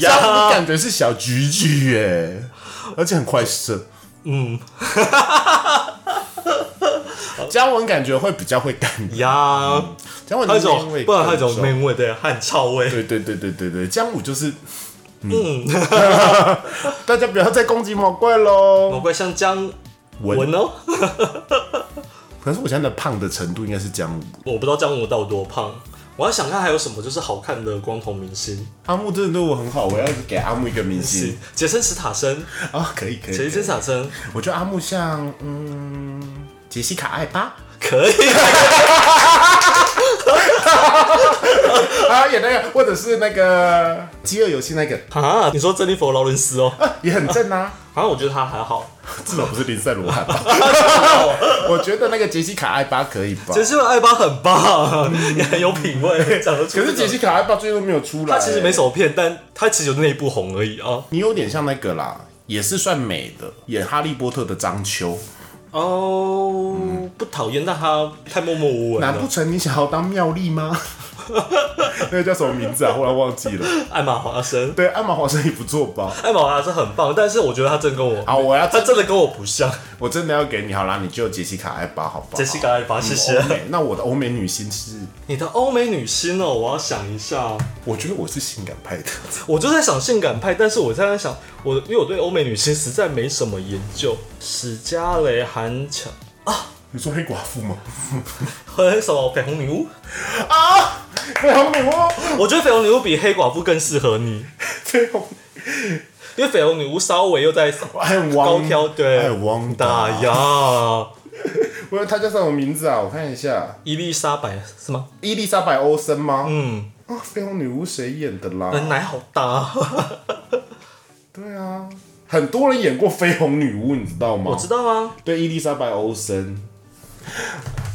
Speaker 1: 姜文
Speaker 2: 呀，
Speaker 1: 感觉是小橘橘耶，而且很快射。嗯，姜文感觉会比较会干，
Speaker 2: 呀，
Speaker 1: 姜文嗯
Speaker 2: 还有
Speaker 1: 的
Speaker 2: 一种
Speaker 1: 烟味，
Speaker 2: 不然还有一
Speaker 1: 更
Speaker 2: 种
Speaker 1: 重
Speaker 2: man 味，对，汗臭味。
Speaker 1: 对对对对对对，姜武就是，嗯，大家不要再攻击毛怪喽
Speaker 2: 我。怪像姜
Speaker 1: 文
Speaker 2: 文哦，
Speaker 1: 可是我现在的胖的程度应该是姜武，
Speaker 2: 我不知道姜文到底有多胖。我要想看还有什么就是好看的光头明星，
Speaker 1: 阿木真的对我很好，我要给阿木一个明
Speaker 2: 是
Speaker 1: 星
Speaker 2: 杰森·斯塔森，
Speaker 1: 啊，可以可以，可
Speaker 2: 杰
Speaker 1: 以
Speaker 2: 森·斯塔森
Speaker 1: 我觉得阿木像嗯杰西卡艾巴，
Speaker 2: 可以，
Speaker 1: 啊演那个，或者是那个《饥饿游戏》那个，
Speaker 2: 啊，你说珍妮佛·劳伦斯哦，
Speaker 1: 也很正啊。
Speaker 2: 好像我觉得他还好，
Speaker 1: 至少不是林赛罗汉吧？ 我觉得那个杰西卡艾巴可以吧？
Speaker 2: 杰西·艾巴很棒，也很有品味，讲得出。
Speaker 1: 可是杰西卡艾巴最后没有出来、
Speaker 2: 他其实没什么片，但他其实就内部红而已啊。
Speaker 1: 你有点像那个啦，也是算美的，演《哈利波特》的章丘。
Speaker 2: 哦，不讨厌，但他太默默无闻
Speaker 1: 难不
Speaker 2: 了。
Speaker 1: 成你想要当妙丽 吗？那个叫什么名字啊？忽然忘记了。
Speaker 2: 艾玛·华生，
Speaker 1: 对，艾玛华生也不错吧？
Speaker 2: 艾玛·华生很棒，但是我觉得他真跟我，
Speaker 1: 好，我要
Speaker 2: 他真的跟我不像。
Speaker 1: 我真的要给你好啦，你就杰西卡艾巴好不好？
Speaker 2: 杰西卡·艾巴，谢谢
Speaker 1: 欧。美，那我的欧美女星是，
Speaker 2: 你的欧美女星哦，我要想一下。
Speaker 1: 我觉得我是性感派的。
Speaker 2: 我就在想性感派，但是我在想，我因为我对欧美女星实在没什么研究。史嘉蕾、韩乔，
Speaker 1: 你说黑寡妇 吗？
Speaker 2: 和什么绯红女巫？
Speaker 1: 啊，绯红女巫，
Speaker 2: 我觉得绯红女巫比黑寡妇更适合你，
Speaker 1: 绯红，
Speaker 2: 因为绯红女巫稍微又在
Speaker 1: 还有
Speaker 2: 高
Speaker 1: 汪
Speaker 2: 挑，对，
Speaker 1: 还有汪
Speaker 2: 大
Speaker 1: 达，
Speaker 2: 呀，
Speaker 1: 不是她叫什么名字啊？我看一下，
Speaker 2: 伊丽莎白是吗？
Speaker 1: 伊丽莎白·欧森吗？
Speaker 2: 嗯，
Speaker 1: 啊，绯红女巫谁演的
Speaker 2: 人
Speaker 1: 啦？
Speaker 2: 奶好大、 啊，
Speaker 1: 对啊，很多人演过绯红女巫，你知道吗？
Speaker 2: 我知道啊，
Speaker 1: 对，伊丽莎白·欧森。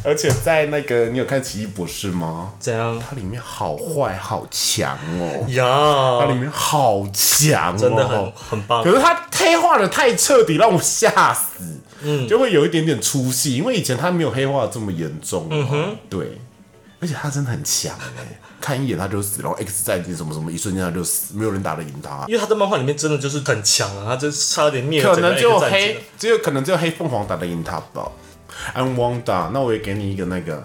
Speaker 1: 而且在那个，你有看《奇异博士》吗？
Speaker 2: 怎样
Speaker 1: 它里面好坏好强哦，它里
Speaker 2: 呀？
Speaker 1: 面好强、哦，
Speaker 2: 嗯真的很很棒
Speaker 1: 可，是他黑化的太彻底，让我吓死。嗯，就会有一点点出戏，因为以前他没有黑化这么严重，嗯哼，对，而且他真的很强哎、 看一眼他就死，然后 X 战警什么什么，一瞬间他就死，没有人打得赢他，
Speaker 2: 因为他在漫画里面真的就是很强啊，他就差点灭了
Speaker 1: 可
Speaker 2: 整个
Speaker 1: 能
Speaker 2: X
Speaker 1: 只有
Speaker 2: 战警
Speaker 1: 黑
Speaker 2: 了。，
Speaker 1: 只有可能只有黑凤凰打得赢他吧。安旺达，那我也给你一个那个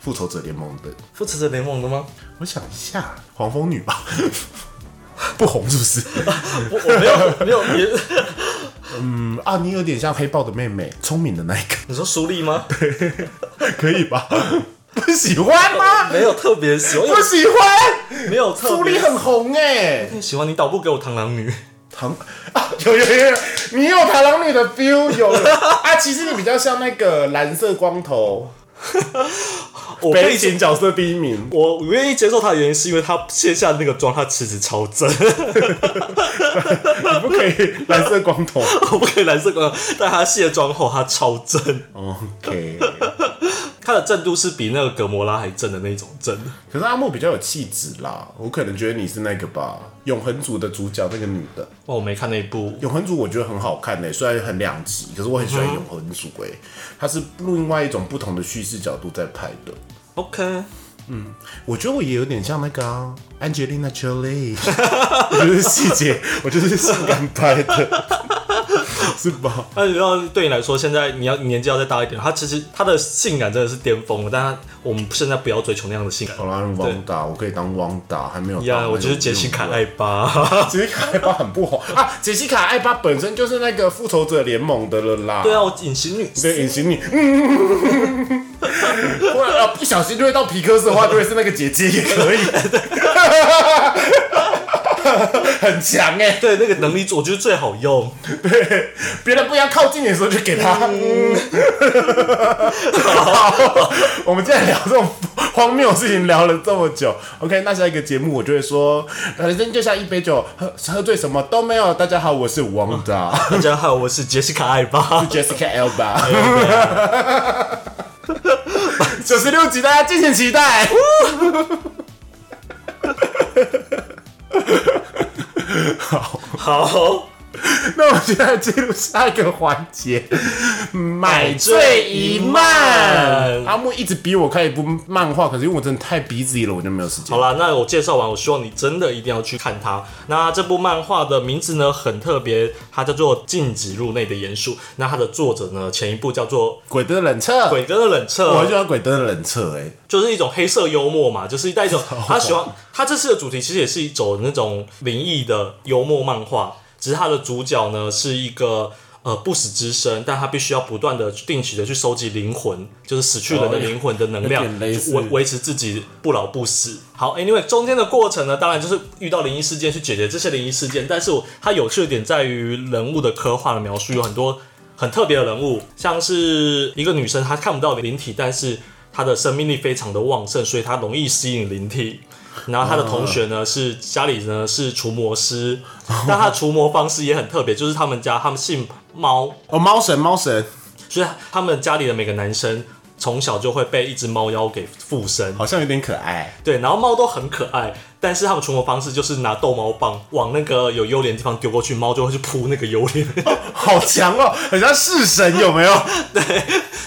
Speaker 1: 复仇者联盟的，
Speaker 2: 复仇者联盟 的吗？
Speaker 1: 我想一下，黄蜂女吧， 不红是不是？
Speaker 2: 我我没有没有也，
Speaker 1: 嗯啊，你有点像黑豹的妹妹，聪明的那一个，
Speaker 2: 你说苏丽 吗？
Speaker 1: 可以吧？ 不喜欢吗？
Speaker 2: 没有特别喜欢，因
Speaker 1: 不喜欢，
Speaker 2: 为没有特
Speaker 1: 苏
Speaker 2: 别
Speaker 1: 丽很红哎、
Speaker 2: 喜欢你导不给我螳螂女，
Speaker 1: 螳啊，有有有有，你有螳螂女的 feel 有有 啊，其实你比较像那个蓝色光头，
Speaker 2: 我可
Speaker 1: 悲
Speaker 2: 以
Speaker 1: 情角色第一名，
Speaker 2: 哦我我愿意接受他的原因是因为他卸下那个妆，他其实超正，
Speaker 1: 你不可以蓝色光头。
Speaker 2: 我不可以蓝色光，但他卸妆后他超正，
Speaker 1: OK，
Speaker 2: 他的正度是比那个葛摩拉还正的那种正。
Speaker 1: 可是阿木比较有气质啦，我可能觉得你是那个吧，永恒族的主角那个女的。
Speaker 2: 哦，我没看那一部，
Speaker 1: 永恒族我觉得很好看呢、虽然很两极，可是我很喜欢永恒族哎、它是另外一种不同的叙事角度在拍的。
Speaker 2: OK，
Speaker 1: 我觉得我也有点像那个啊，Angelina Jolie，我就是细节，我就是性感拍的，是吧？
Speaker 2: 那你知道对你来说，现在你要你年纪要再大一点，他其实他的性感真的是巅峰了，但他我们现在不要追求那样的性感 哎
Speaker 1: 好。啦，汪达，我可以当汪达，还没有
Speaker 2: 呀、
Speaker 1: 当
Speaker 2: 我就是杰西卡艾巴。
Speaker 1: 杰西卡艾巴很不红啊，杰西卡艾巴本身就是那个复仇者联盟的了啦。
Speaker 2: 对啊，我隐形女。
Speaker 1: 对，隐形女， 嗯，不然啊，不小心就会到皮克斯的话，就会是那个姐姐也可以， 很强哎、
Speaker 2: 对那个能力，我觉得最好用，
Speaker 1: 对， 别人不要靠近你的时候就给他。嗯、 好，我们既然聊这种荒谬的事情聊了这么久，OK，那下一个节目我就会说，呃人生就像一杯酒，喝喝醉什么都没有。大家好，我是王达
Speaker 2: 大家好，我是杰西卡艾巴。
Speaker 1: ，Jessica Elba。九十六集，大家敬请期待。
Speaker 2: 好，
Speaker 1: 那我们现在进入下一个环节，买醉一
Speaker 2: 买醉一
Speaker 1: 漫。
Speaker 2: 漫
Speaker 1: 阿木一直逼我看一部漫画，可是因为我真的太 busy 了，我就没有时间
Speaker 2: 好。啦，那我介绍完，我希望你真的一定要去看它。那这部漫画的名字呢很特别，它叫做《禁止入内的严肃》。那它的作者呢，前一部叫做
Speaker 1: 鬼灯冷彻
Speaker 2: 《鬼灯的冷彻》，
Speaker 1: 我很喜欢鬼灯冷彻，哎，
Speaker 2: 就是一种黑色幽默嘛，就是带一种他喜欢他这次的主题其实也是一种那种灵异的幽默漫画，只是他的主角呢是一个。呃，不死之身，但他必须要不断的、定期的去收集灵魂，就是死去人的灵魂的能量
Speaker 1: 有点，类似
Speaker 2: 维维持自己不老不死。好，Anyway，中间的过程呢，当然就是遇到灵异事件去解决这些灵异事件，但是我它有趣的点在于人物的刻画的描述有很多很特别的人物，像是一个女生，她看不到灵体，但是她的生命力非常的旺盛，所以她容易吸引灵 体。然后她的同学呢是家里呢是除魔师，但她的除魔方式也很特别，就是他们家他们姓猫，
Speaker 1: 哦，猫神，猫神，
Speaker 2: 所以他们家里的每个男生从小就会被一只猫妖给附身。
Speaker 1: 好像有点可爱。
Speaker 2: 对，然后猫都很可爱，但是它们除魔方式就是拿逗猫棒往那个有幽灵的地方丢过去，猫就会去扑那个幽灵。
Speaker 1: 好强哦，很像式神有没有？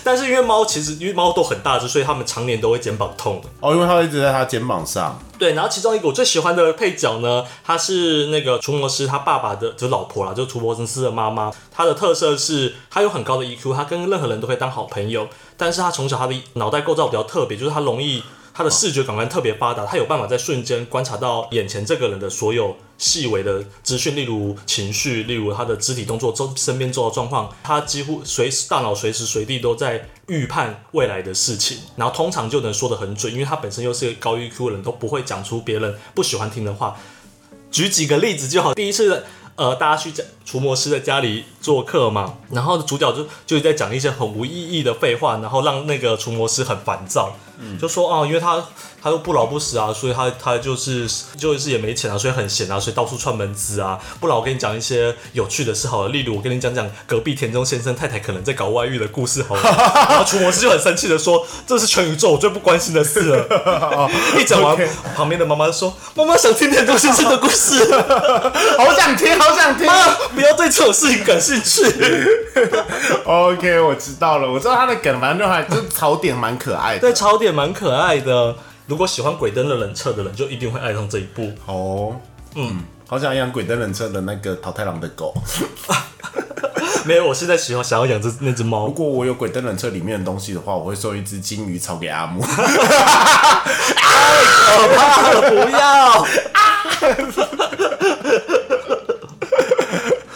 Speaker 2: 但是因为猫其实因为猫都很大只，所以它们常年都会肩膀痛。
Speaker 1: 哦，因为它会一直在他肩膀上。
Speaker 2: 对，然后其中一个我最喜欢的配角呢，他是那个除魔师他爸爸的，就是老婆啦，就是除魔师的妈妈。他的特色是他有很高的 EQ，他跟任何人都可以当好朋友。但是他从小他的脑袋构造比较特别，就是他容易他的视觉感官特别发达，他有办法在瞬间观察到眼前这个人的所有细微的资讯，例如情绪，例如他的肢体动作、周身边周遭状况，他几乎随时大脑随时随地都在预判未来的事情，然后通常就能说得很准，因为他本身又是一个高 EQ 的人，都不会讲出别人不喜欢听的话。举几个例子就好，第一次。呃，大家去家除魔师的家里做客嘛，然后主角就就在讲一些很无意义的废话，然后让那个除魔师很烦躁。就说啊，因为他他都不老不死啊，所以他他就是就是也没钱啊，所以很闲啊，所以到处串门子啊。不然我跟你讲一些有趣的事好了，例如我跟你讲讲隔壁田中先生太太可能在搞外遇的故事好了。然后除魔师就很生气的说，这是全宇宙我最不关心的事了。一讲完
Speaker 1: OK
Speaker 2: 旁边的妈妈就说，妈妈想听田中先生的故事 了。
Speaker 1: 好想听，好想 听。
Speaker 2: 啊！不要对这种事情感兴趣。
Speaker 1: OK，我知道了，我知道他的梗，反正就还就是槽点蛮可爱的
Speaker 2: 对，。槽点蛮可爱的。如果喜欢鬼灯的冷彻的人，就一定会爱上这一部。
Speaker 1: 哦，嗯，好想养鬼灯人车的那个桃太郎的狗。
Speaker 2: 没有，我现在喜欢想要养这那只猫
Speaker 1: 如。果我有鬼灯人车里面的东西的话，我会送一只金鱼草给阿木。
Speaker 2: 不要，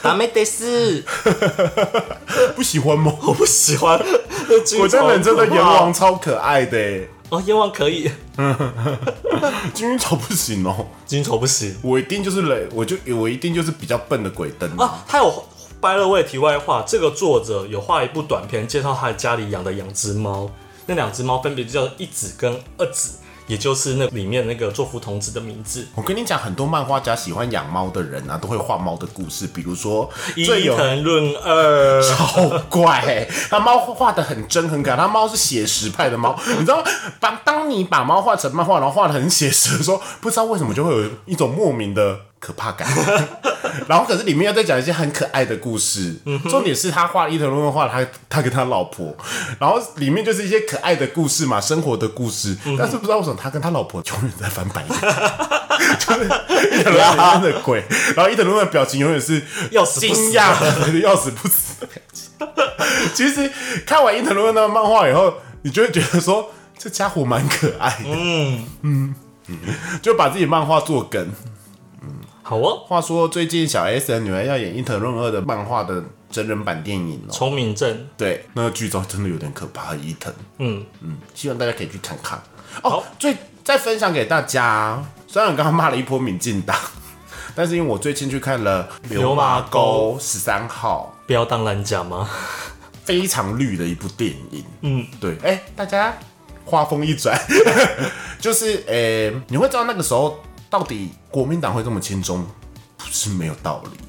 Speaker 3: ダメです。
Speaker 1: 不喜 欢吗？
Speaker 2: 我不喜欢。
Speaker 1: 鬼
Speaker 2: 鬼
Speaker 1: 灯人车的阎王超可爱的耶，
Speaker 2: 哦，阎王可以，
Speaker 1: 金鱼草不行哦。
Speaker 2: 金丑不行
Speaker 1: 我一定就是雷，我就我一定就是比较笨的鬼灯。
Speaker 2: 啊。他有掰了位题外话，这个作者有画一部短片，介绍他家里养的两只猫。那两只猫分别叫一子跟二子，也就是那里面那个作福童子的名字。
Speaker 1: 我跟你讲，很多漫画家喜欢养猫的人啊，都会画猫的故事，比如说
Speaker 2: 伊
Speaker 1: 最有
Speaker 2: 藤润 二，
Speaker 1: 好怪、欸，他猫画的很真很可爱，他猫是写实派的猫，你知道，把当你把猫画成漫画，然后画的很写实的时候，不知道为什么就会有一种莫名的可怕感。 然后可是里面又在讲一些很可爱的故事，重点是他画伊藤润二画他他跟他老婆，然后里面就是一些可爱的故事嘛，生活的故事，但是不知道为什么他跟他老婆永远在翻白眼。 就是伊藤润二里面的鬼，然后伊藤润二的表情永远是
Speaker 2: 要死不
Speaker 1: 惊
Speaker 2: 死
Speaker 1: 讶的 要死不死的表情。其实看完《伊藤润二》那个漫画以后，你就会觉得说，这家伙蛮可爱的。嗯嗯，就把自己漫画做梗。
Speaker 2: 好哦。
Speaker 1: 话说最近小 S 的女儿要演《伊藤润二》的漫画的真人版电影哦。
Speaker 2: 聪明症，
Speaker 1: 对，那个剧照真的有点可怕，伊藤。
Speaker 2: 嗯，
Speaker 1: 嗯，希望大家可以去看看。哦
Speaker 2: 好，
Speaker 1: 最再分享给大家，虽然我刚刚骂了一波民进党，但是因为我最近去看了《
Speaker 2: 流麻沟
Speaker 1: 十三号》。
Speaker 2: 不要当蓝甲吗？
Speaker 1: 非常绿的一部电影。嗯，对，哎、大家话锋一转， 就是呃、你会知道那个时候到底国民党会这么亲中，不是没有道理，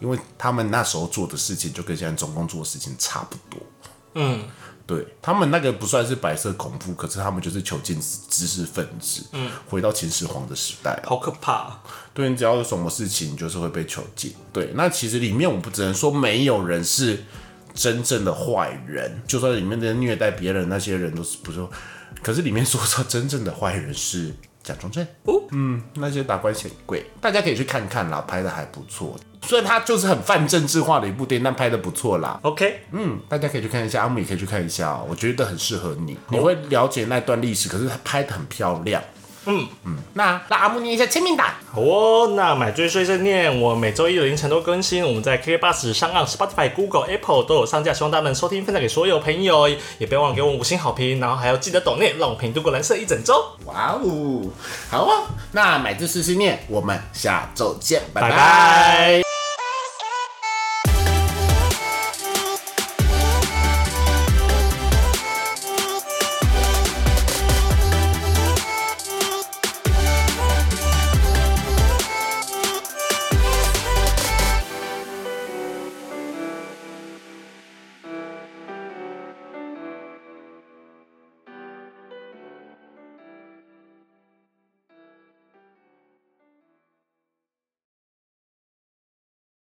Speaker 1: 因为他们那时候做的事情就跟现在中共做的事情差不多。
Speaker 2: 嗯，
Speaker 1: 对他们那个不算是白色恐怖，可是他们就是囚禁知识分子，嗯，回到秦始皇的时代啊
Speaker 2: 好可怕。
Speaker 1: 对你只要有什么事情，你就是会被囚禁。对，那其实里面我不只能说没有人是真正的坏人，就算里面的虐待别人那些人都是不是说，可是里面说到真正的坏人是蒋中正，
Speaker 2: 哦
Speaker 1: 嗯，那些达官显贵，大家可以去看看啦，拍的还不错。虽然它就是很泛政治化的一部电影，但拍的不错啦。
Speaker 2: OK，
Speaker 1: 嗯，大家可以去看一下，阿木也可以去看一下、哦，我觉得很适合你，
Speaker 2: 哦
Speaker 1: 你会了解那段历史，可是它拍的很漂亮。
Speaker 2: 嗯
Speaker 1: 嗯，那让阿木念一下签名档。
Speaker 2: 好哦。那买醉碎碎念，我每周一的凌晨都更新，我们在 KK Bus 上岸、Spotify、Google、Apple 都有上架，希望大家能收听，分享给所有朋友，也别忘了给我五星好评，然后还要记得抖内，让我陪你度过蓝色一整周。
Speaker 1: 哇哦哦，好啊！那买这试试念，我们下周见，拜
Speaker 2: 拜
Speaker 1: 拜
Speaker 2: 拜。